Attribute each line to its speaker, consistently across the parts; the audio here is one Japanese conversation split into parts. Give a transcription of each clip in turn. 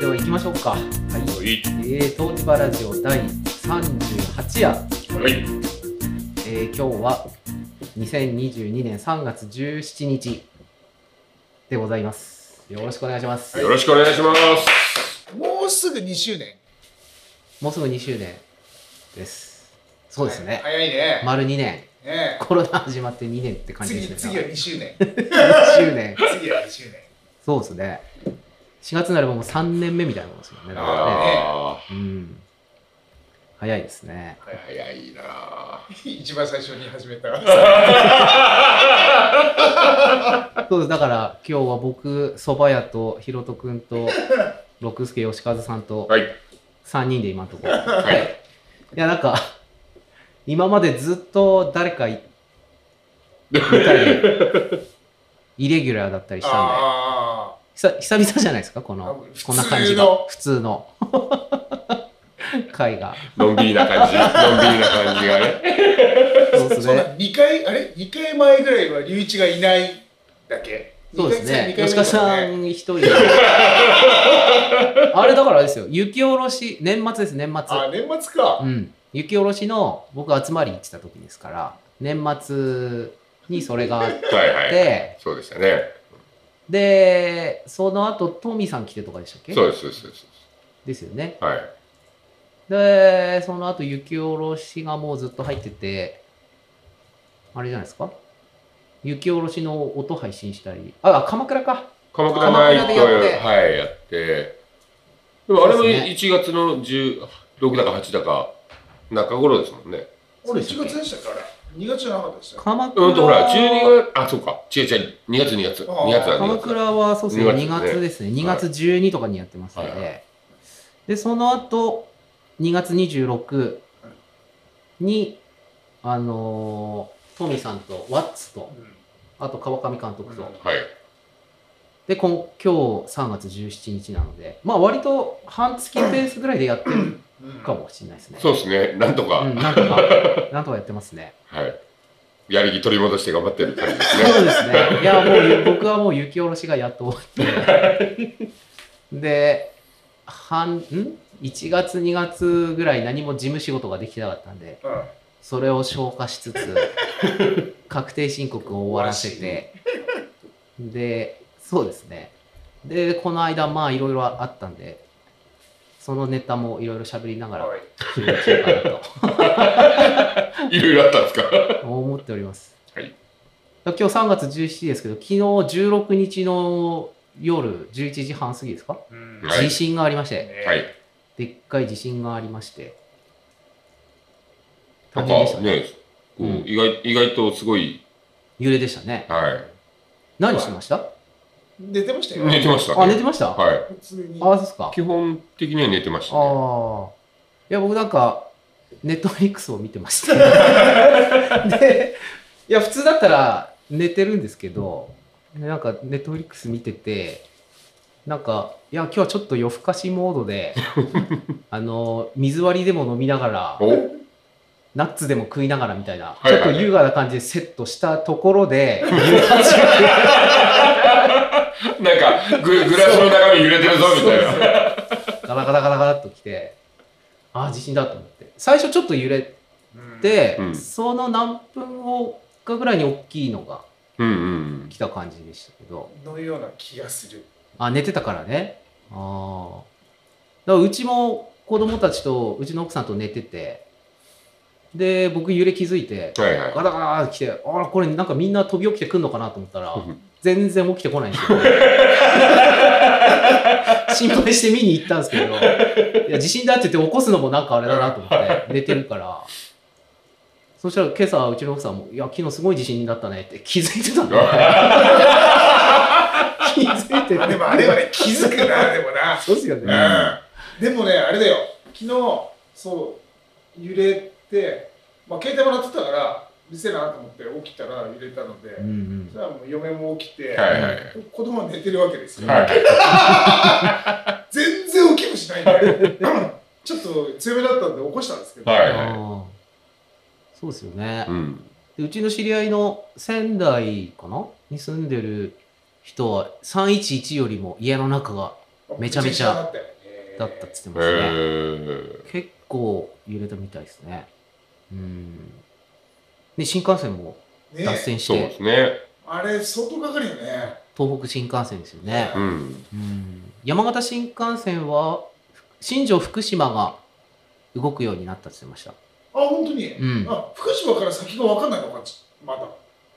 Speaker 1: では行きましょうか。はい。
Speaker 2: はい、
Speaker 1: えー、東千葉ラジオ第38夜、
Speaker 2: はい、
Speaker 1: えー、今日は2022年3月17日でございます。よろしくお願いします。
Speaker 2: よろしくお願いします。
Speaker 3: もうすぐ2周年。
Speaker 1: もうすぐ2周年です。そうですね。
Speaker 3: 早いね。
Speaker 1: 丸2年。
Speaker 3: ね
Speaker 1: コロナ始まって2年って感じです
Speaker 3: 次、
Speaker 1: ね。
Speaker 3: 次は2周年。
Speaker 1: 2周年。
Speaker 3: 次は2周年。
Speaker 1: そうですね。4月になればもう3年目みたいなもんですよね。だからね
Speaker 2: あ
Speaker 1: うん。早いですね。
Speaker 2: あ、早いなあ。
Speaker 3: 一番最初に始めた。
Speaker 1: そうです。だから今日は僕、蕎麦屋とひろとくんと、六助義和さんと
Speaker 2: はい。
Speaker 1: 3人で今のところ。
Speaker 2: はい。
Speaker 1: いや、なんか、今までずっと誰かい、みたいな、イレギュラーだったりしたんで
Speaker 3: あ
Speaker 1: 久、久々じゃないですか、この、
Speaker 3: あ
Speaker 1: こんな感じが。普通の。回が。
Speaker 2: のんびり な感じ。のんびりな感じがね。
Speaker 1: そうで
Speaker 3: あ。
Speaker 1: す
Speaker 3: そう
Speaker 1: ね。
Speaker 3: だ、2回、あれ ?2 回前ぐらいは龍一がいないだけ。
Speaker 1: そうですね
Speaker 3: 二。回
Speaker 1: 吉川さん一人で。あれだからあれですよ。雪下ろし、年末です、年末。
Speaker 3: あ、年末か。
Speaker 1: うん。雪下ろしの僕集まり行ってた時ですから、年末にそれがあっ
Speaker 2: はいはい。
Speaker 1: て、
Speaker 2: そうでしたね。
Speaker 1: で、その後、トミーさん来てとかでしたっけ
Speaker 2: そうです、そうですそうです。
Speaker 1: ですよね。
Speaker 2: はい。
Speaker 1: で、その後、雪下ろしがもうずっと入ってて、あれじゃないですか雪下ろしの音配信したり、あ、鎌倉か。
Speaker 2: 鎌倉ナイト
Speaker 1: 鎌倉でやって
Speaker 2: はい、やって。でもあれも
Speaker 1: そうですね
Speaker 2: 1月の16だか8だか中頃ですもんね。
Speaker 3: 俺1月でしたから。2月じゃなかったですよ。
Speaker 1: 鎌倉。
Speaker 2: うんとほら、12月、あ、そうか。違う違う、2月2月。
Speaker 3: あー
Speaker 2: 2月は
Speaker 1: 鎌
Speaker 2: 2月。
Speaker 1: 倉はそうですね、2
Speaker 2: 2
Speaker 1: 月
Speaker 2: 月
Speaker 1: ですね、
Speaker 2: ね
Speaker 1: 2月12とかにやってますので、
Speaker 2: はいは
Speaker 1: で、その後、2月26に、あのートミさんとワッツと、あと川上監督と、
Speaker 3: うん
Speaker 2: はい。
Speaker 1: で、今今日3月17日なので、まあ割と半月ペースぐらいでやってる
Speaker 3: うん。うん
Speaker 1: か。もしれないですね。
Speaker 2: そうですね。なんとか。
Speaker 1: うん、なんとか、なんとかやってますね。
Speaker 2: はい。やる気取り戻して頑張ってる感じですね。
Speaker 1: そうですね。いや、もう、僕はもう雪下ろしがやっと終わって。で、半、ん ?1 月、2月ぐらい何も事務仕事ができてなかったんで、
Speaker 3: うん
Speaker 1: それを消化しつつ、確定申告を終わらせて、で、そうですね。で、この間、まあ、いろいろあったんで、そのネタもいろいろ喋りながら
Speaker 3: はい
Speaker 1: 収録しようかなと。
Speaker 2: いろいろあったんですか。
Speaker 1: 思っております。
Speaker 2: はい
Speaker 1: 今日3月17日ですけど、昨日16日の夜11時半過ぎですか、
Speaker 3: うん
Speaker 2: はい
Speaker 1: 地震がありまして、
Speaker 3: ね
Speaker 2: はい。
Speaker 1: でっかい地震がありまして、
Speaker 2: な
Speaker 1: 大
Speaker 2: ん
Speaker 1: 変でした
Speaker 2: か
Speaker 1: ね。
Speaker 2: ね、こう
Speaker 1: うん
Speaker 2: 意外意外とすごい、
Speaker 1: 揺れでしたね。
Speaker 2: は
Speaker 1: 何してました
Speaker 3: 寝てました
Speaker 2: い。
Speaker 3: よ。
Speaker 2: 寝てました、ね。
Speaker 1: あ、寝てました、
Speaker 2: は
Speaker 3: 普通に。
Speaker 1: あ、そうですか。あ
Speaker 2: い。基本的には寝てました、ね。
Speaker 1: あ。いや、僕なんか、ネットフリックスを見てました。 で、いや、普通だったら寝てるんですけど、なんかネットフリックス見てて、なんか、いや、今日はちょっと夜更かしモード で、あの、水割りでも飲みながら、
Speaker 2: お、
Speaker 1: ナッツでも食いながらみたいな、
Speaker 2: いはい
Speaker 1: ちょっと優雅な感じでセットしたところ で、夕立が
Speaker 2: なんかググラスの中身揺れてるぞみたいな。
Speaker 1: ガラガラガラガラっと来て、ああ、地震だと思って。最初ちょっと揺れ
Speaker 3: うん
Speaker 1: で、
Speaker 2: うん
Speaker 1: その何分後かぐらいに大きいのが
Speaker 2: うんうん。
Speaker 1: 来た感じでしたけど
Speaker 3: のような気がする。
Speaker 1: あ寝てたからねああだからうちも子供たちとうちの奥さんと寝ててで僕揺れ気づいて
Speaker 2: はいはい。
Speaker 1: ガラガラって来てあらこれなんかみんな飛び起きてくんのかなと思ったら
Speaker 2: うん
Speaker 1: 全然起きてこないんですよ心配して見に行ったんですけどいや地震だって言って起こすのもなんかあれだなと思って寝てるからそしたら今朝うちの奥さんも「いや昨日すごい地震だったね」って気づいてたんだ気づいて
Speaker 3: あ
Speaker 1: た
Speaker 3: でもあれはね、気づくな、でもな。
Speaker 1: そうですよ
Speaker 2: う
Speaker 1: ね
Speaker 2: んは
Speaker 3: でもね、あれだよ、昨日、そう、揺れて、まあ、携帯もらってたから、見せなと思って起きたら揺れたので、
Speaker 1: うんうん
Speaker 3: それはもう嫁も起きて、
Speaker 2: いはい。
Speaker 3: 子供は寝てるわけですよ。
Speaker 2: はい。
Speaker 3: 全然起きもしないん で、ちょっと強めだったんで起こしたんですけど、
Speaker 2: はいはい。
Speaker 1: あーそうですよね
Speaker 2: うん。
Speaker 1: でうちの知り合いの仙台かなに住んでる人は311よりも家の中が
Speaker 3: あ
Speaker 1: めちゃめちゃだったっつってま
Speaker 2: へ
Speaker 1: すね。
Speaker 2: ー
Speaker 1: 結構揺れたみたいですね。うん。で、新幹線も
Speaker 3: ね
Speaker 1: 脱線し
Speaker 2: そう
Speaker 1: て、
Speaker 2: ですね。
Speaker 3: あれ相当かかるよね
Speaker 1: 東北新幹線ですよね。
Speaker 2: うん。
Speaker 1: うん。山形新幹線は、新庄福島が動くようになったって言ってました。
Speaker 3: あ本当に、
Speaker 1: うん
Speaker 3: あ福島から先が分かんないのかまだ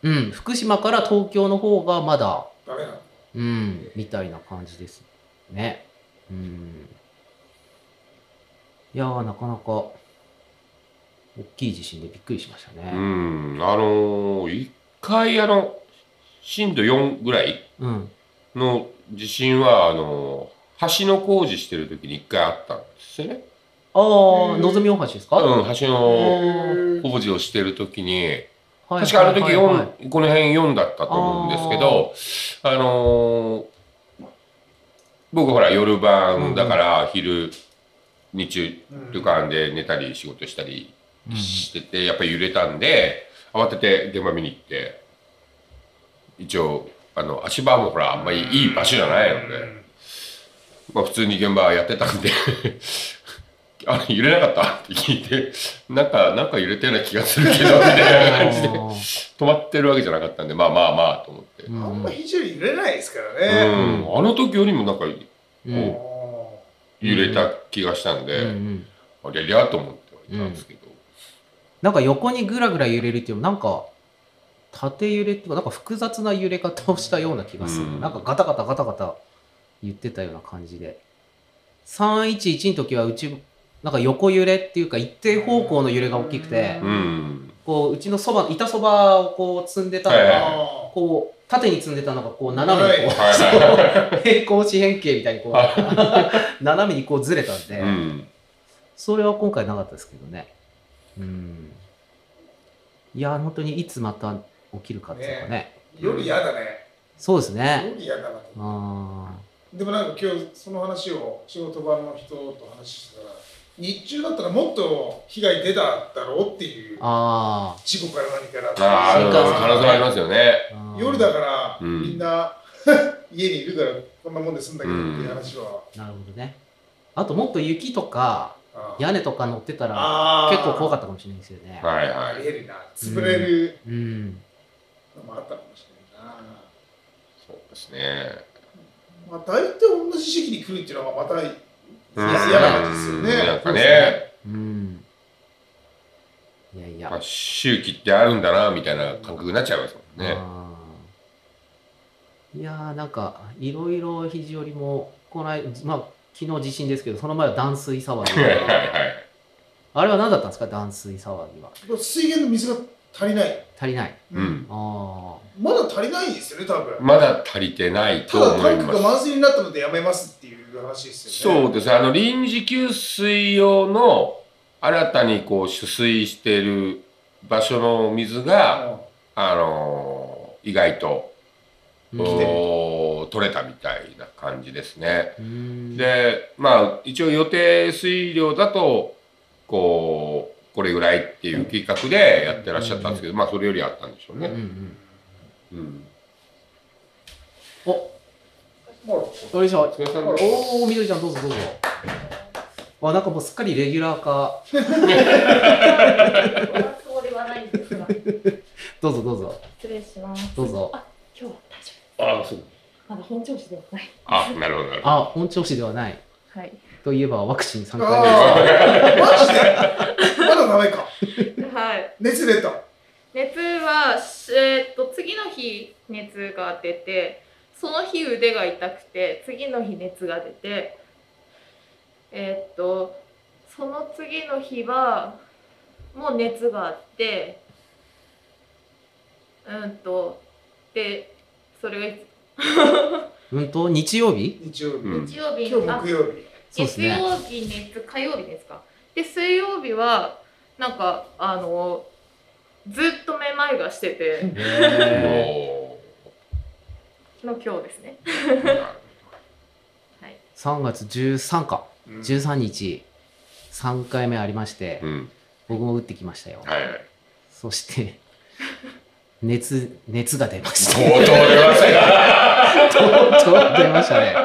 Speaker 1: うん。福島から東京の方がまだ、
Speaker 3: ダメなの
Speaker 1: うん、みたいな感じですね。うん。いやー、なかなか、大きい地震でびっくりしました
Speaker 2: う
Speaker 1: ね。
Speaker 2: ん。あのー、一回あの、震度4ぐらい
Speaker 1: うん。
Speaker 2: の地震は、あのー、橋の工事してる時に一回あったんですよね。
Speaker 1: ああ、
Speaker 3: うん
Speaker 1: のぞみ大橋ですか、
Speaker 2: うん、橋の
Speaker 1: ー
Speaker 2: 工事をしてる時に、
Speaker 1: はい
Speaker 2: 確かあの時
Speaker 1: はいはいはい
Speaker 2: 4、この辺4だったと思うんですけど、あのー僕ほら夜晩だから昼、日中
Speaker 3: うん
Speaker 2: 旅館で寝たり仕事したり
Speaker 1: うん
Speaker 2: してて、やっぱり揺れたんで、慌てて現場見に行って、一応、あの、足場もほら、あんまりいい場所じゃないので、まあ普通に現場やってたんで、 あれ揺れなかったって聞いて、なんか、なんか揺れたような気がするけど、みたいな感じで。止まってるわけじゃなかったんで、まあまあまあと思って。う、
Speaker 1: うんん
Speaker 3: あんま非常に揺れないですからね、
Speaker 2: あの時よりもなんか
Speaker 1: うん
Speaker 2: こ揺れた気がしたん
Speaker 1: うんう
Speaker 2: で、
Speaker 1: ん
Speaker 2: ありゃりゃと思ってはいたんですけど。
Speaker 1: なんか横にぐらぐら揺れるっていうのもなんか縦揺れっていうかなんか複雑な揺れ方をしたような気がする、
Speaker 2: うん
Speaker 1: なんかガタガタガタガタ言ってたような感じで311の時はうちなんか横揺れっていうか一定方向の揺れが大きくて、
Speaker 2: うん。
Speaker 1: こううちのそば板そばをこう積んでたのが、
Speaker 2: はいはい
Speaker 3: あ
Speaker 1: こう縦に積んでたのがこう斜めにこう、
Speaker 2: はい
Speaker 1: そ
Speaker 2: はい
Speaker 1: う 平行四辺形みたいにこう 斜めにこうずれたんで、
Speaker 2: うん。
Speaker 1: それは今回なかったですけどね。うん。いや、本当にいつまた起きるかっていうかね。
Speaker 3: ーより嫌だね
Speaker 1: そうです
Speaker 3: よ
Speaker 1: ね。
Speaker 3: り嫌だなと
Speaker 1: あ
Speaker 3: でもなんか今日その話を仕事場の人と話してたら日中だったらもっと被害出ただろうっていう
Speaker 1: ーあ
Speaker 3: 事故から何から
Speaker 2: ああ、
Speaker 1: 新
Speaker 2: 可
Speaker 1: 幹線
Speaker 2: 能性ありますよね。
Speaker 1: ー。あー
Speaker 3: 夜だから
Speaker 2: うん
Speaker 3: みんな家にいるからこんなもんで済んだけどっていう話は、
Speaker 1: なるほどね。あともっと雪とか
Speaker 3: あ
Speaker 1: 屋根とか乗ってたら
Speaker 3: あ
Speaker 1: 結構怖か
Speaker 3: っ
Speaker 1: ったかもしれないですよね。
Speaker 2: はい
Speaker 3: たあ
Speaker 2: はい。
Speaker 3: りえるな潰れる
Speaker 1: うん。
Speaker 3: のもあったかもしれないな、
Speaker 2: そうですね。
Speaker 3: まあ、大体同じ時期に来るっていうのはまた
Speaker 2: うん
Speaker 1: いや
Speaker 3: 嫌な感じですよね
Speaker 2: なんか
Speaker 1: そうです
Speaker 2: ね、
Speaker 1: うん。いやいや。
Speaker 2: まあ周期ってあるんだな、みたいな感覚になっちゃいますもんね。
Speaker 1: あーいやーなんかいろいろ肘折りもこの間まあ昨日地震ですけどその前は断水騒ぎ
Speaker 2: はいはいはい。
Speaker 1: あれは何だったんですか断水騒ぎは
Speaker 3: 水源の水が足りない、
Speaker 1: 足りない
Speaker 2: うん。
Speaker 1: あ
Speaker 3: まだ足りないですよね多分
Speaker 2: まだ足りてない
Speaker 3: た
Speaker 2: と
Speaker 3: だ
Speaker 2: 思
Speaker 3: タ
Speaker 2: い
Speaker 3: ンク
Speaker 2: ま
Speaker 3: が
Speaker 2: す。
Speaker 3: 満水になったのでやめますっていう話ですよね
Speaker 2: そうですねあの臨時給水用の新たにこう取水している場所の水が、あのー意外と、
Speaker 1: あ
Speaker 3: 来てる
Speaker 2: おー取れたみたいな感じですね。
Speaker 1: うん
Speaker 2: でまあ一応予定水量だとこうこれぐらいっていう計画でやってらっしゃったんですけど、まあそれよりあったんでしょう
Speaker 1: うんう
Speaker 2: ね。
Speaker 1: ん
Speaker 2: うん、
Speaker 1: お
Speaker 3: うんも
Speaker 1: どうでしょう
Speaker 2: お疲れ様です
Speaker 1: おおみどりちゃんどうぞどうぞあなんかもうすっかりレギュラー化
Speaker 4: そうではないんですが、
Speaker 1: どうぞどうぞ
Speaker 4: 失礼します。
Speaker 1: どうぞ
Speaker 4: あ、今日は大丈
Speaker 2: あそう
Speaker 4: 夫。まだ本調子ではない。
Speaker 2: あなるほどなるほど。
Speaker 1: あ本調子ではない
Speaker 4: はい。
Speaker 1: といえばワクチン3
Speaker 3: う
Speaker 1: 回目です
Speaker 3: ああマジでまだダメか
Speaker 5: はい。
Speaker 3: 熱出た
Speaker 5: 熱は、しえーっと、次の日、熱が出て、その日腕が痛くて、次の日熱が出て、えーっと、その次の日は、もう熱があって、うんと、で、それがい
Speaker 1: うんと日曜日
Speaker 3: 日曜日、
Speaker 2: うん
Speaker 5: つ日曜日、
Speaker 3: 今
Speaker 5: あ
Speaker 3: 日木曜日
Speaker 1: そうです
Speaker 5: 月
Speaker 1: ね
Speaker 5: 曜日熱火曜日ですかで水曜日はなんかあのずっとめまいがしてて
Speaker 1: へ
Speaker 2: お
Speaker 5: の今日ですね
Speaker 2: ーなるほ
Speaker 5: はい
Speaker 1: ー3月13か
Speaker 3: うん
Speaker 1: 13日3回目ありまして
Speaker 2: どうん
Speaker 1: 僕も打ってきましたよ、
Speaker 2: はいはい。
Speaker 1: そして熱熱が出まし
Speaker 2: 相
Speaker 1: た
Speaker 2: 当出ましたよ。
Speaker 1: とうとう出ましたね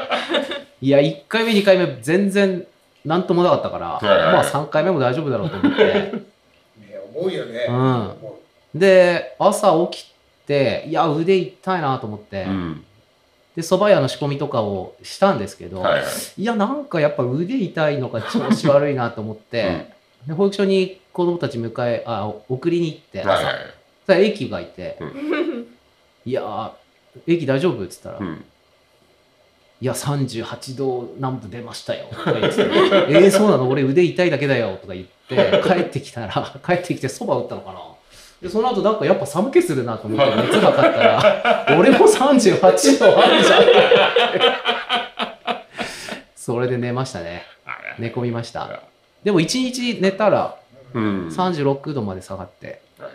Speaker 1: いや、1回目、2回目、全然なんともなかったから、
Speaker 2: はいはい
Speaker 1: まあ3回目も大丈夫だろうと思って、
Speaker 3: ね思うよね、
Speaker 1: うん。
Speaker 3: 思
Speaker 1: で、朝起きて、いや、腕痛いなと思って、
Speaker 2: うん。
Speaker 1: で、蕎麦屋の仕込みとかをしたんですけど、
Speaker 2: はいはい。
Speaker 1: いや、なんかやっぱ腕痛いのか調子悪いなと思って、で保育所に子供たち迎え、あ、送りに行って、
Speaker 2: はいは
Speaker 1: 朝
Speaker 2: い。
Speaker 1: そしたら駅がいて、
Speaker 5: うん
Speaker 1: いやー、駅大丈夫っつったら、
Speaker 2: う
Speaker 1: い
Speaker 2: ん。
Speaker 1: や、38度南部出ましたよ。とか言って てえー、そうなの俺腕痛いだけだよ。とか言って、帰ってきたら、 帰ってきて蕎麦打ったのかな。で、その後なんかやっぱ寒気するなと思って、熱がかったら、俺も38度あるじゃん。 それで寝ましたね。
Speaker 2: あら
Speaker 1: 寝込みまし
Speaker 2: いや
Speaker 1: た。でも1日寝たら
Speaker 2: うん。
Speaker 1: 36度まで下がって
Speaker 2: はい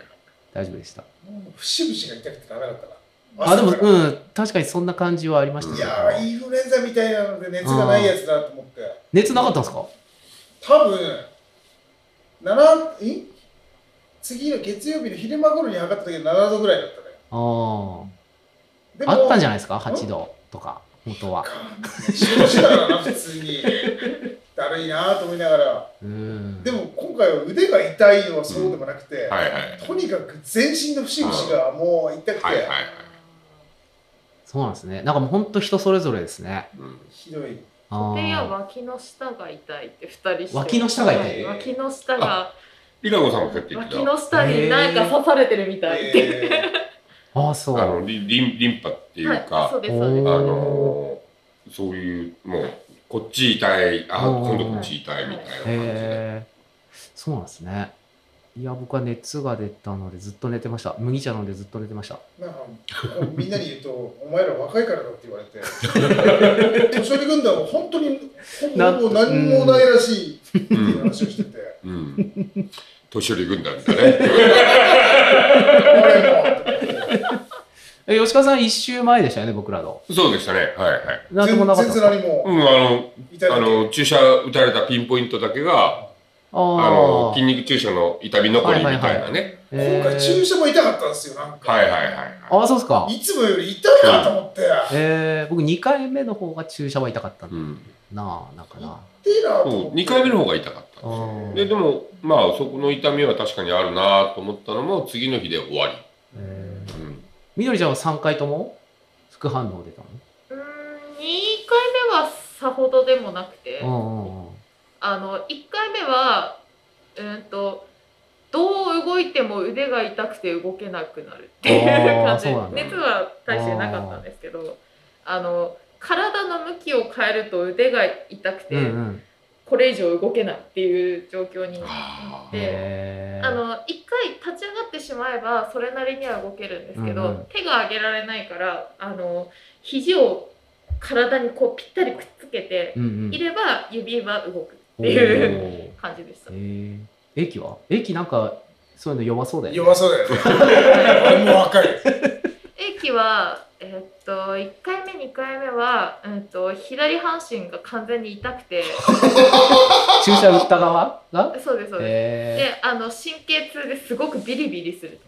Speaker 1: 大丈夫でした。
Speaker 3: うもう節々が痛くてダメだったな
Speaker 1: あ、でも、
Speaker 3: 朝から
Speaker 1: うん、確かにそんな感じはありました
Speaker 3: い
Speaker 1: けど
Speaker 3: やーインフルエンザみたいなので熱がないやつだと思って
Speaker 1: 熱なかったんですか
Speaker 3: 多分7え次の月曜日の昼間頃に測った時は7度ぐらいだったね
Speaker 1: あ
Speaker 3: で
Speaker 1: あ。あったんじゃない
Speaker 3: ない
Speaker 1: ですか ?8 度とか、本当は。
Speaker 3: 仕事してたからな普通に だるいなと思いながら
Speaker 1: うん。
Speaker 3: でも今回は腕が痛いのはそうでもなくて、
Speaker 2: はいはい。
Speaker 3: とにかく全身の節々がもう痛くて、
Speaker 2: はいはいはい。
Speaker 1: そうなんですね。なんかもう本当人それぞれですね。
Speaker 2: うん
Speaker 3: ひどい
Speaker 1: あ
Speaker 5: でいや
Speaker 1: あ。
Speaker 5: 脇の下が痛いって二人して
Speaker 1: 脇の下が痛
Speaker 3: い
Speaker 5: 脇の下が
Speaker 2: リカゴさんもそうやって言って
Speaker 5: 脇
Speaker 2: た。
Speaker 5: の下に何か刺されてるみたいって、
Speaker 3: え
Speaker 1: ああ、そう。
Speaker 2: あのリリンリンパっていうか、
Speaker 5: はい、そうですそうで
Speaker 2: あ
Speaker 5: す
Speaker 2: のーそういうもうこっち痛いあ
Speaker 1: うん
Speaker 2: 今度こっち痛いみたいな感じで、
Speaker 1: へえ。そうなんですね。いや、僕は熱が出たのでずっと寝てました。麦茶飲んでずっと寝てました。
Speaker 3: ーなんかみんなに言うと「お前ら若いからだ」って言われて年寄り軍団は本当にほぼ
Speaker 1: なん
Speaker 3: ほぼ何もないらしいっていう話をしてて「
Speaker 2: うん、年寄り軍団だね
Speaker 3: 俺も
Speaker 1: え、吉川さん一周前でしたよね、僕らの。
Speaker 2: そうでしたねはいはい、
Speaker 1: なんともなかった
Speaker 3: 全
Speaker 1: んです
Speaker 3: 然
Speaker 1: か。
Speaker 3: 何も
Speaker 2: うん、あの
Speaker 3: 痛いだ
Speaker 2: あ
Speaker 3: け
Speaker 2: の注射打たれたピンポイントだけ
Speaker 1: あ
Speaker 2: が
Speaker 1: あ
Speaker 2: あの筋肉注射の痛み残りみたいなね
Speaker 1: えー
Speaker 3: 今回注射も痛かったんですよなんか、
Speaker 2: はいはいはいはい
Speaker 1: ああ、そうですか。
Speaker 3: い、つもより痛いなと思って「
Speaker 1: えー、僕2回目の方が注射は痛かった
Speaker 2: う、
Speaker 1: なんあ、なんかな。
Speaker 3: 痛いな」
Speaker 2: そ
Speaker 3: と思
Speaker 2: う
Speaker 3: って
Speaker 2: 2回目の方が痛かった
Speaker 1: うん
Speaker 2: ででもまあそこの痛みは確かにあるなと思ったのも次の日で終わ
Speaker 1: えー
Speaker 2: り、うん、
Speaker 1: みどりちゃんは3回とも副反応出た
Speaker 5: うーん二回目はさほどでもなくて、
Speaker 1: の
Speaker 5: あの一回目はうーんとどう動いても腕が痛くて動けなくなるっていう
Speaker 1: あー
Speaker 5: 感じ
Speaker 1: そうなんだ
Speaker 5: 熱は大してなかったんですけどあの体の向きを変えると腕が痛くて、
Speaker 1: うんうん。うんうん。
Speaker 5: これ以上動けないっていう状況にな
Speaker 2: あ
Speaker 5: っ
Speaker 2: ー
Speaker 5: て。
Speaker 1: えー
Speaker 5: あの一回立ち上がってしまえばそれなりには動けるんですけど、
Speaker 1: うんうん
Speaker 5: 手が上げられないからあの肘を体にこうぴったりくっつけて
Speaker 1: うんうん
Speaker 5: いれば指は動くっていう
Speaker 1: おー
Speaker 5: 感じでした
Speaker 1: え。ー、駅は駅なんかそういうの弱そうだよ、ね、
Speaker 3: 弱そうだよ ね俺も若い
Speaker 5: 駅は、えっと1回目2回目は、えっと左半身が完全に痛くて
Speaker 1: 注射打った側が
Speaker 5: そうですそうです。
Speaker 1: え
Speaker 5: であの神経痛ですごくビリビリする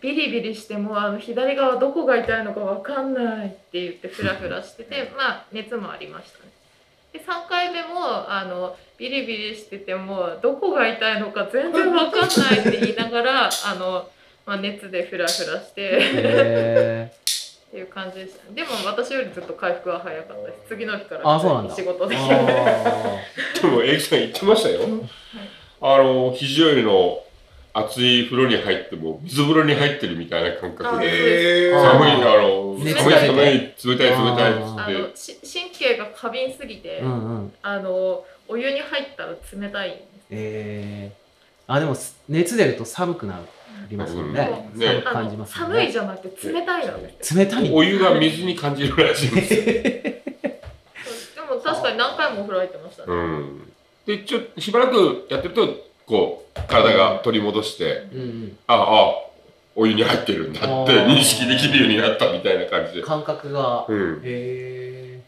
Speaker 5: ビリビリしてもうあの左側どこが痛いのか分かんないって言ってフラフラしててまあ熱もありましたねで3回目もあのビリビリしててもどこが痛いのか全然分かんないって言いながら あの、まあ、熱でフラフラして
Speaker 1: ー、え
Speaker 5: っていう感じでしたねでも私よりずっと回復は早かったです次の日から
Speaker 1: あそうなんだ
Speaker 5: 仕事
Speaker 1: ー、
Speaker 5: で
Speaker 1: あ
Speaker 2: でも、エイキさん言ってましたよ。あの、肘よりの熱い風呂に入っても、水風呂に入ってるみたいな感覚で、
Speaker 3: えー、
Speaker 1: あ
Speaker 2: 寒い、
Speaker 1: ー
Speaker 2: あの、寒い、
Speaker 5: 熱
Speaker 2: 寒
Speaker 5: が
Speaker 1: て
Speaker 5: 出
Speaker 2: い、冷たい、冷たい
Speaker 1: あ
Speaker 5: あ
Speaker 2: っつっ
Speaker 5: のし神経が過敏すぎて、
Speaker 1: ーうんうん
Speaker 5: あのお湯に入ったら冷たいんです
Speaker 1: えー、あでもす熱出ると寒くなりますよね,、
Speaker 2: うんね
Speaker 1: 寒く
Speaker 5: あ
Speaker 1: 感
Speaker 5: の
Speaker 1: じますよ
Speaker 5: 寒い
Speaker 1: ね
Speaker 5: じゃなくて冷たいので
Speaker 1: 冷たい
Speaker 2: て、お湯が水に感じるらしいんですよ。
Speaker 5: でも確かに何回もお風呂入ってましたね、
Speaker 2: うん。で、ちょっと、しばらくやってると、こう、体が取り戻して、
Speaker 1: うんうん
Speaker 2: ああ、お湯に入ってるんだって
Speaker 1: あー
Speaker 2: 認識できるようになったみたいな感じで。
Speaker 1: 感覚が
Speaker 2: うん。
Speaker 1: え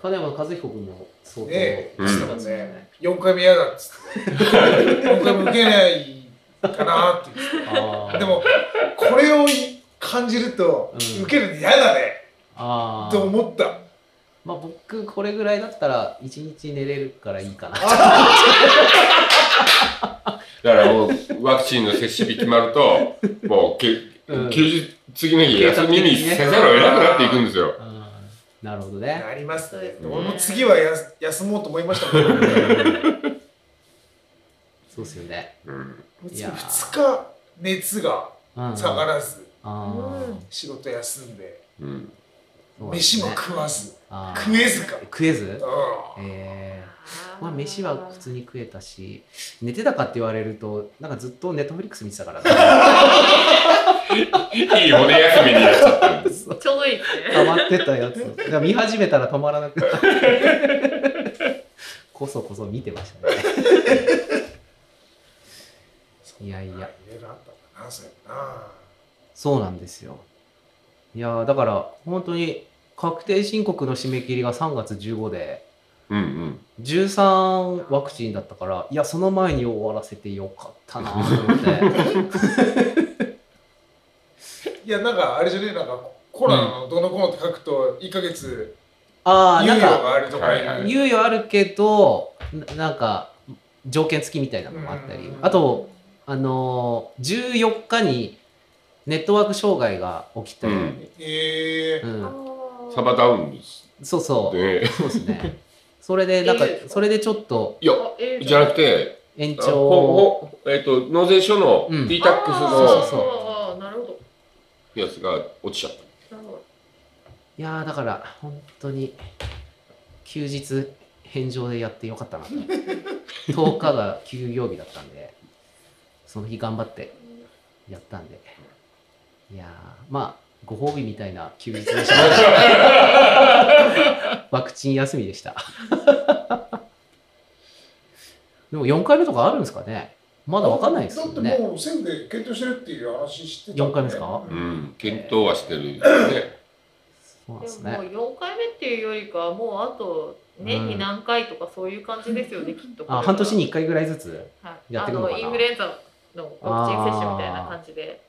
Speaker 1: ー、金山和彦君もそう
Speaker 3: ねえ、
Speaker 2: うん
Speaker 3: したもんね、4回目嫌だっつって、4回目受けないかなって言って
Speaker 1: あ
Speaker 3: た
Speaker 1: ー
Speaker 3: でも、これを感じると
Speaker 1: う、ん
Speaker 3: 受けるの嫌だね、
Speaker 1: あー
Speaker 3: と思った。
Speaker 1: まあ僕これぐらいだったら一日寝れるからいいかな
Speaker 2: だからもう、ワクチンの接種日決まる と、もうけ、
Speaker 1: うん
Speaker 2: 休日、次の日休みにせざるを得なくなっていくんですよ。
Speaker 1: うんなるほどね
Speaker 3: なりますね。
Speaker 5: そうですね
Speaker 3: 俺も次はやす休もうと思いましたもん。も
Speaker 1: そうっすよね
Speaker 2: うん。
Speaker 3: う
Speaker 1: い
Speaker 3: 次
Speaker 1: やー
Speaker 3: 2日熱が
Speaker 1: うん
Speaker 3: 下がらず、
Speaker 1: あー
Speaker 3: 仕事休んで、
Speaker 2: うん。
Speaker 1: そうなんです
Speaker 3: 飯
Speaker 1: ね
Speaker 3: も食わず、
Speaker 1: あー
Speaker 3: 食えずか。
Speaker 1: 食えず
Speaker 3: う
Speaker 1: えー、まあ飯は普通に食えたし寝てたかって言われるとなんかずっとネットフリックス見てたから、ね、
Speaker 2: いい骨休みになっちゃったんです。
Speaker 5: ちょうどいいですね
Speaker 1: 溜まってたやつをだから見始めたら止まらなくなったこそこそ見てましたねいやい
Speaker 3: ん。い
Speaker 1: や
Speaker 3: ろいろあったんだな、それな。
Speaker 1: そうなんですよいやーだから本当に確定申告の締め切りが3月15で
Speaker 2: うんうん。
Speaker 1: 13ワクチンだったからいやその前に終わらせてよかったなと思って。
Speaker 3: いや、なんかあれじゃねえ、なんかコロナのどのこうのって書くと、1ヶ月
Speaker 1: ああ、
Speaker 3: 猶
Speaker 1: なん
Speaker 3: 予
Speaker 1: か、
Speaker 3: があるとか
Speaker 2: はいはい
Speaker 1: 猶予あるけど、ななんか、条件付きみたいなのもあったり
Speaker 3: う、ん
Speaker 1: あと、あのー、14日にネットワーク障害が起きて、
Speaker 2: う
Speaker 1: うん
Speaker 2: ん。
Speaker 3: えー、
Speaker 2: サバダウンです。
Speaker 1: そうそう、
Speaker 2: で、
Speaker 1: そうですね。それで、なんか
Speaker 5: いいです、か
Speaker 1: それでちょっと
Speaker 2: いや、じゃなくて、
Speaker 1: 延
Speaker 2: あほ
Speaker 1: 長
Speaker 2: ほえっと、納税書の
Speaker 1: うん
Speaker 2: D タックス
Speaker 1: そうそう
Speaker 2: の
Speaker 1: そう
Speaker 5: そうなるほど
Speaker 2: やつが落ちちゃった。
Speaker 5: なるほど
Speaker 1: いやー、だから、本当に、休日、返上でやってよか ったなと。10日が休業日だったんで、その日頑張ってやったんで。いやー、まあ、ご褒美みたいな休日で した。ワクチン休みでした。でも4回目とかあるんですかねまだわかんないですよ
Speaker 3: だって
Speaker 1: ね。
Speaker 3: もう政府で検討してるっていう話してた、
Speaker 1: 四回目ですか
Speaker 2: う
Speaker 3: うん
Speaker 2: ん。検討はしてるんですね。
Speaker 1: そうなんです
Speaker 5: でもも
Speaker 1: ね。
Speaker 5: う4回目っていうよりかはもうあと年に何回とかそういう感じですよね、きっとこれは
Speaker 1: あ、半年に1回ぐらいずつ。
Speaker 5: はい、
Speaker 1: やって
Speaker 5: あ
Speaker 1: くのか
Speaker 5: の
Speaker 1: な
Speaker 5: インフルエンザのワクチン接種みたいな感じで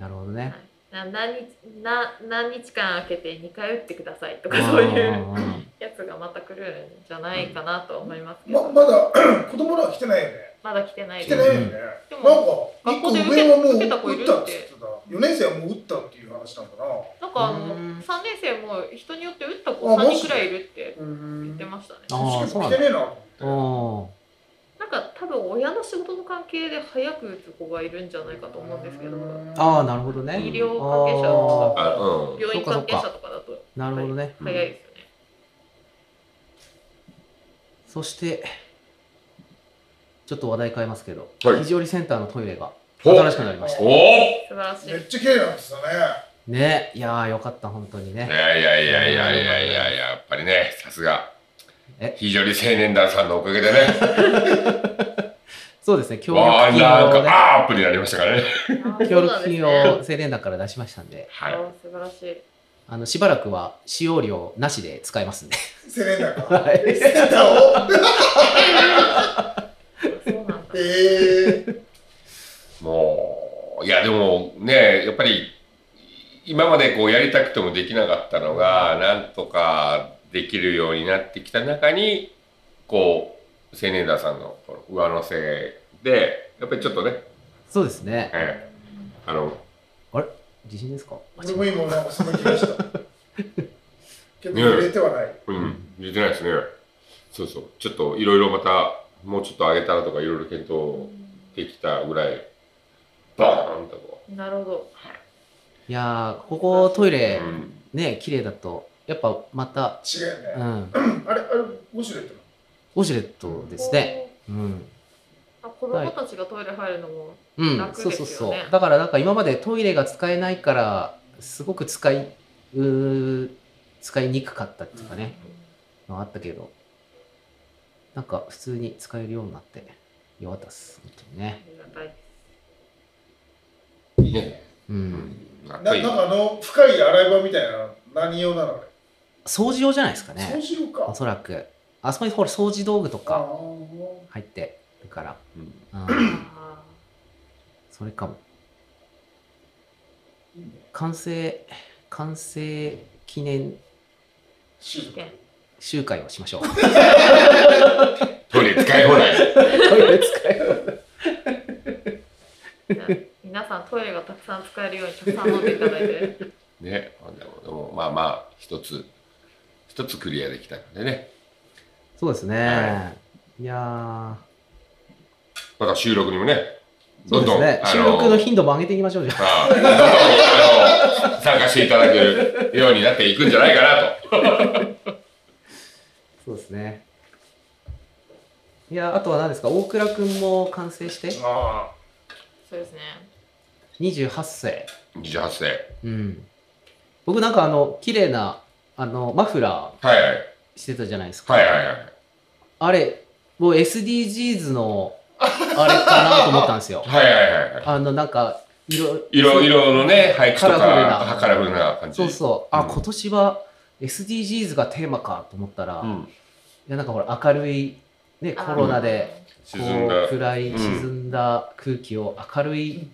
Speaker 1: なるほどね。
Speaker 5: な何日な何日間空けて2回打ってくださいとかそういう
Speaker 1: あー
Speaker 5: やつがまた来るんじゃないかなとは思いますけど、
Speaker 3: ままだ子供らは来てないよね
Speaker 5: まだ来てない
Speaker 3: 来
Speaker 5: で
Speaker 3: て
Speaker 5: す
Speaker 3: ないよね、
Speaker 5: でも
Speaker 3: なんか
Speaker 5: 学
Speaker 3: 一個
Speaker 5: 校で受け
Speaker 3: 上はもう打
Speaker 5: 受けた子いるって
Speaker 3: ったっつってた4年生はもう打ったっていう話なんだな
Speaker 5: なんかあ
Speaker 1: う
Speaker 5: の
Speaker 1: ん
Speaker 5: 3年生も人によって打った子
Speaker 3: あ
Speaker 5: 3
Speaker 3: マ
Speaker 5: 人
Speaker 3: ジで
Speaker 5: くらいいるって
Speaker 3: う
Speaker 5: 言っ
Speaker 3: ん
Speaker 5: てましたね
Speaker 1: あー
Speaker 3: 来てねえな
Speaker 1: あー
Speaker 5: なんか多分親の仕事の関係で早く打つ子がいるんじゃないかと思うんですけど
Speaker 1: あー、な
Speaker 3: な
Speaker 1: るほど
Speaker 5: 医
Speaker 1: ね。
Speaker 5: 療関係者とか
Speaker 2: あうん。
Speaker 5: 病院関係者とかだと
Speaker 1: なるほどね。
Speaker 2: うん
Speaker 5: 早いですよね、
Speaker 1: そして、ちょっと話題変えますけど、
Speaker 2: はい
Speaker 1: 肘折センターのトイレが
Speaker 2: ほ
Speaker 1: 新しくなりました。
Speaker 2: おお
Speaker 5: 素晴らしい
Speaker 3: めっちゃ綺麗なんですよね
Speaker 1: ね、いやーよかった、本当に
Speaker 2: い
Speaker 1: ね。
Speaker 2: やいやいやいやいやいややっぱりねさすが
Speaker 1: え
Speaker 2: 非常に青年団さんのおかげでね
Speaker 1: そうですね、協
Speaker 2: わあ
Speaker 1: 力金
Speaker 2: なん
Speaker 1: をね、
Speaker 2: かアップになりましたからね
Speaker 1: 協力金を
Speaker 5: あそうなんですね
Speaker 1: 青年団から出しましたんで、
Speaker 2: はい
Speaker 5: あ素晴らしい
Speaker 1: あのしばらくは使用料なしで使え ますんで。
Speaker 3: セレン ダか
Speaker 1: はい
Speaker 3: セレンダを
Speaker 5: そうなんだ。
Speaker 3: えー、
Speaker 2: もういやでもねやっぱり今までこうやりたくてもできなかったのがなんとかできるようになってきた中にこう青年団さんのこの上乗せでやっぱりちょっとね、
Speaker 1: そうですね。
Speaker 2: ええあの
Speaker 1: 地震ですか
Speaker 3: 俺も今なんかそんな気がしたけど入れてはない
Speaker 2: うん、入れてないですね。そうそう。ちょっといろいろまた、もうちょっと上げたらとかいろいろ検討できたぐらい、バーンとこ
Speaker 5: なるほど。
Speaker 1: いやーここトイ
Speaker 2: う。
Speaker 1: レ
Speaker 2: う、ん。
Speaker 1: ね、綺麗だと、やっぱまた、
Speaker 3: 違うよ
Speaker 1: う
Speaker 3: ね、
Speaker 1: ん、
Speaker 3: あれあれウォシュレット
Speaker 1: ウォシュレットですね。うん。
Speaker 5: あ。子供たちがトイレ入るのも。
Speaker 1: うん、
Speaker 5: 楽
Speaker 1: そう
Speaker 5: です
Speaker 1: そ
Speaker 5: よ
Speaker 1: う
Speaker 5: ね
Speaker 1: そう。だからなんか今までトイレが使えないから、すごく使い、うー使いにくかったっていうかね、のあったけど、なんか普通に使えるようになって、よかったっす。本当に
Speaker 5: あ
Speaker 1: ね。
Speaker 5: りがたい。
Speaker 3: なのいいね
Speaker 1: うん。
Speaker 2: やっぱ
Speaker 3: な
Speaker 2: り
Speaker 3: なんかあの深い洗い場みたいなの何用なのあ
Speaker 1: 掃除用じゃないですか
Speaker 3: れ、そう
Speaker 1: ね。
Speaker 3: しようか
Speaker 1: おそらく。あそこにほら掃除道具と
Speaker 3: あ
Speaker 1: か
Speaker 3: ー
Speaker 1: 入ってるから、
Speaker 2: うん
Speaker 1: うん、
Speaker 5: あ
Speaker 1: それかも。
Speaker 3: いいね
Speaker 1: 完成、完成記念
Speaker 3: シュート
Speaker 5: 試験
Speaker 1: 集会をしま しょう。
Speaker 2: トイレ使い放題。
Speaker 1: トイレ使えよ
Speaker 5: じゃあ皆さんトイレがたくさん使えるようにたくさん飲んでいただいて
Speaker 2: ね。でもでもまあまあ、一つ、一つクリアできたのでね。
Speaker 1: そうですね。、
Speaker 2: はい
Speaker 1: や
Speaker 2: また収録にもね、
Speaker 1: ー、そ
Speaker 2: ど
Speaker 1: うんで
Speaker 2: ど
Speaker 1: す
Speaker 2: ん、
Speaker 1: ね。収録の頻度も上げていきましょうじゃん。
Speaker 2: ああ どんどんあの参加していただけるようになっていくんじゃないかなと。
Speaker 1: そうですね。いやーあとは何ですか大倉くんも完成して
Speaker 3: あ
Speaker 5: そうですね
Speaker 1: 28歳。
Speaker 2: 28歳。
Speaker 1: うん。僕なんかあの綺麗なあのマフラ
Speaker 2: はいはい。
Speaker 1: ーしてたじゃないですか。
Speaker 2: はいはいはい。。
Speaker 1: あれもう SDGs のあれかなと思ったんですよ
Speaker 2: はいはいはいはい。
Speaker 1: あのなんか色
Speaker 2: 色色のね、配置と
Speaker 1: カ
Speaker 2: か、
Speaker 1: ラフルな
Speaker 2: カラフルな感じ。
Speaker 1: そうそう。あ、
Speaker 2: うん
Speaker 1: 今年は SDGs がテーマかと思ったら、
Speaker 2: う
Speaker 1: い
Speaker 2: ん、
Speaker 1: やなんかほら明るいねコロナでこう
Speaker 2: 沈んだ。
Speaker 1: 暗い
Speaker 2: うん
Speaker 1: 沈んだ空気を明るい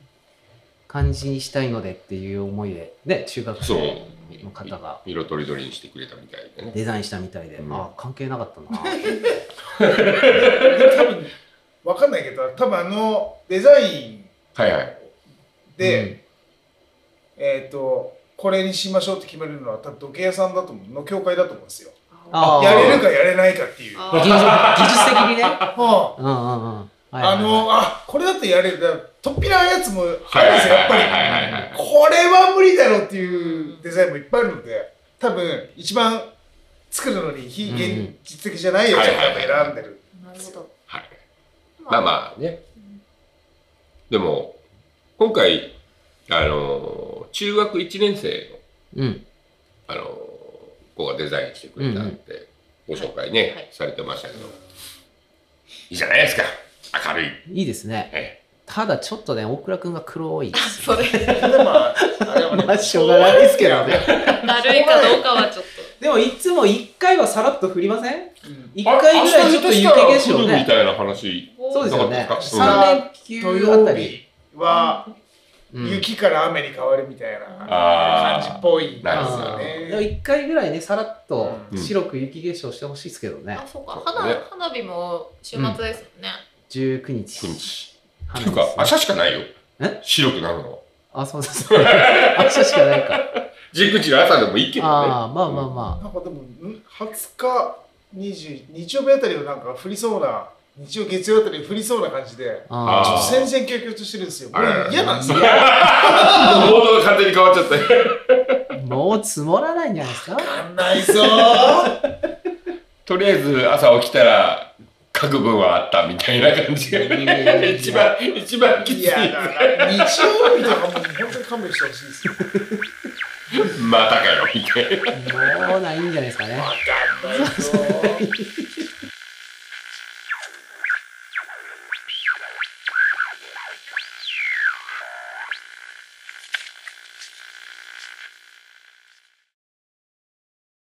Speaker 1: 感じにしたいのでっていう思いでね中学
Speaker 2: そう
Speaker 1: 生の方が
Speaker 2: 色とりどりにしてくれたみたいでね。
Speaker 1: デザインしたみたいで、
Speaker 2: うん
Speaker 1: あ関係なかった な
Speaker 3: あ多分わかんないけど多分あのデザイン
Speaker 2: はいはい。
Speaker 3: で、、えっ、とこれにしましょうって決めるのは多分時計屋さんだと思うの協会だと思うんですよ
Speaker 1: あー
Speaker 3: やれるかやれないかっていう
Speaker 1: うん
Speaker 5: あ
Speaker 1: 技術技術的にね
Speaker 3: は
Speaker 1: うんうんうんはいはいはい
Speaker 3: ああのあこれだってやれるだからとっぴらなやつもあるん
Speaker 2: はいはい
Speaker 3: ですよやっぱり
Speaker 2: はいはいはいはい。
Speaker 3: これは無理だろうっていうデザインもいっぱいあるので多分一番作るのに非現実的じゃないやつを多分選んでる、
Speaker 5: ーなるほど
Speaker 2: はい、まあまあね。でも、今回、あのー、中学1年生の、
Speaker 1: うん
Speaker 2: あのー、子がデザインしてくれたって、ご紹介ね、
Speaker 5: はい
Speaker 2: されてましたけど、いいじゃないですか。明るい。
Speaker 1: いいですね
Speaker 2: え
Speaker 1: ただちょっとね大倉くんが黒いです
Speaker 5: それ
Speaker 3: でまああれはね
Speaker 1: まあしょうがないですけどね
Speaker 5: だるいかどうかはちょっ
Speaker 1: でもいつも1回はさらっと振りません
Speaker 3: うん
Speaker 1: 1回ぐらいちょっと言ってけでしょう
Speaker 2: 明日にと
Speaker 1: ね
Speaker 2: たら来るみたいな話。
Speaker 5: と
Speaker 1: そうですよね
Speaker 2: なかったですか
Speaker 1: 3連
Speaker 3: 土
Speaker 1: 休あた
Speaker 3: 曜
Speaker 1: り、
Speaker 3: 日は
Speaker 1: うん
Speaker 3: 雪から雨に変わるみたいな
Speaker 2: あ
Speaker 3: 感じっ
Speaker 2: あ。
Speaker 3: ぽい
Speaker 2: なるほ
Speaker 3: よ
Speaker 2: ど
Speaker 1: でも
Speaker 3: ね。
Speaker 1: 一回ぐらいねさらっと
Speaker 2: うん
Speaker 1: 白く雪化粧してほしいですけどね
Speaker 5: あ、、そうか。
Speaker 2: そう
Speaker 5: 花
Speaker 2: ね
Speaker 5: 花火も週末ですもんね。
Speaker 1: 19日
Speaker 2: うんって
Speaker 1: 花
Speaker 2: いうか、明日しかないよ
Speaker 1: え。
Speaker 2: 白くなるの。
Speaker 1: あそうですね明日しかない か
Speaker 2: 19日の朝でもいいけどね。
Speaker 1: ああまあまあま
Speaker 3: なんかでもん20日20日曜日あたりはなんか降りそうな日曜月曜あたり降りそうな感じで
Speaker 1: ああ
Speaker 2: あ
Speaker 1: あ
Speaker 2: ー
Speaker 3: 戦々恐々としてるんですよ。こ
Speaker 2: あらら
Speaker 3: れ嫌な んですよ。
Speaker 2: モードが勝手に変わっちゃったよ。
Speaker 1: もう積もらないんじゃないですか
Speaker 3: わかんないぞー。
Speaker 2: とりあえず朝起きたら書く分はあったみたいな感じが 一番一番きつ
Speaker 3: い
Speaker 2: い
Speaker 3: やだな。日曜日とかもう本当に勘弁してほしいですよ。
Speaker 2: またかよみたいな
Speaker 1: もうないんじゃないですかね
Speaker 3: わかんないぞー。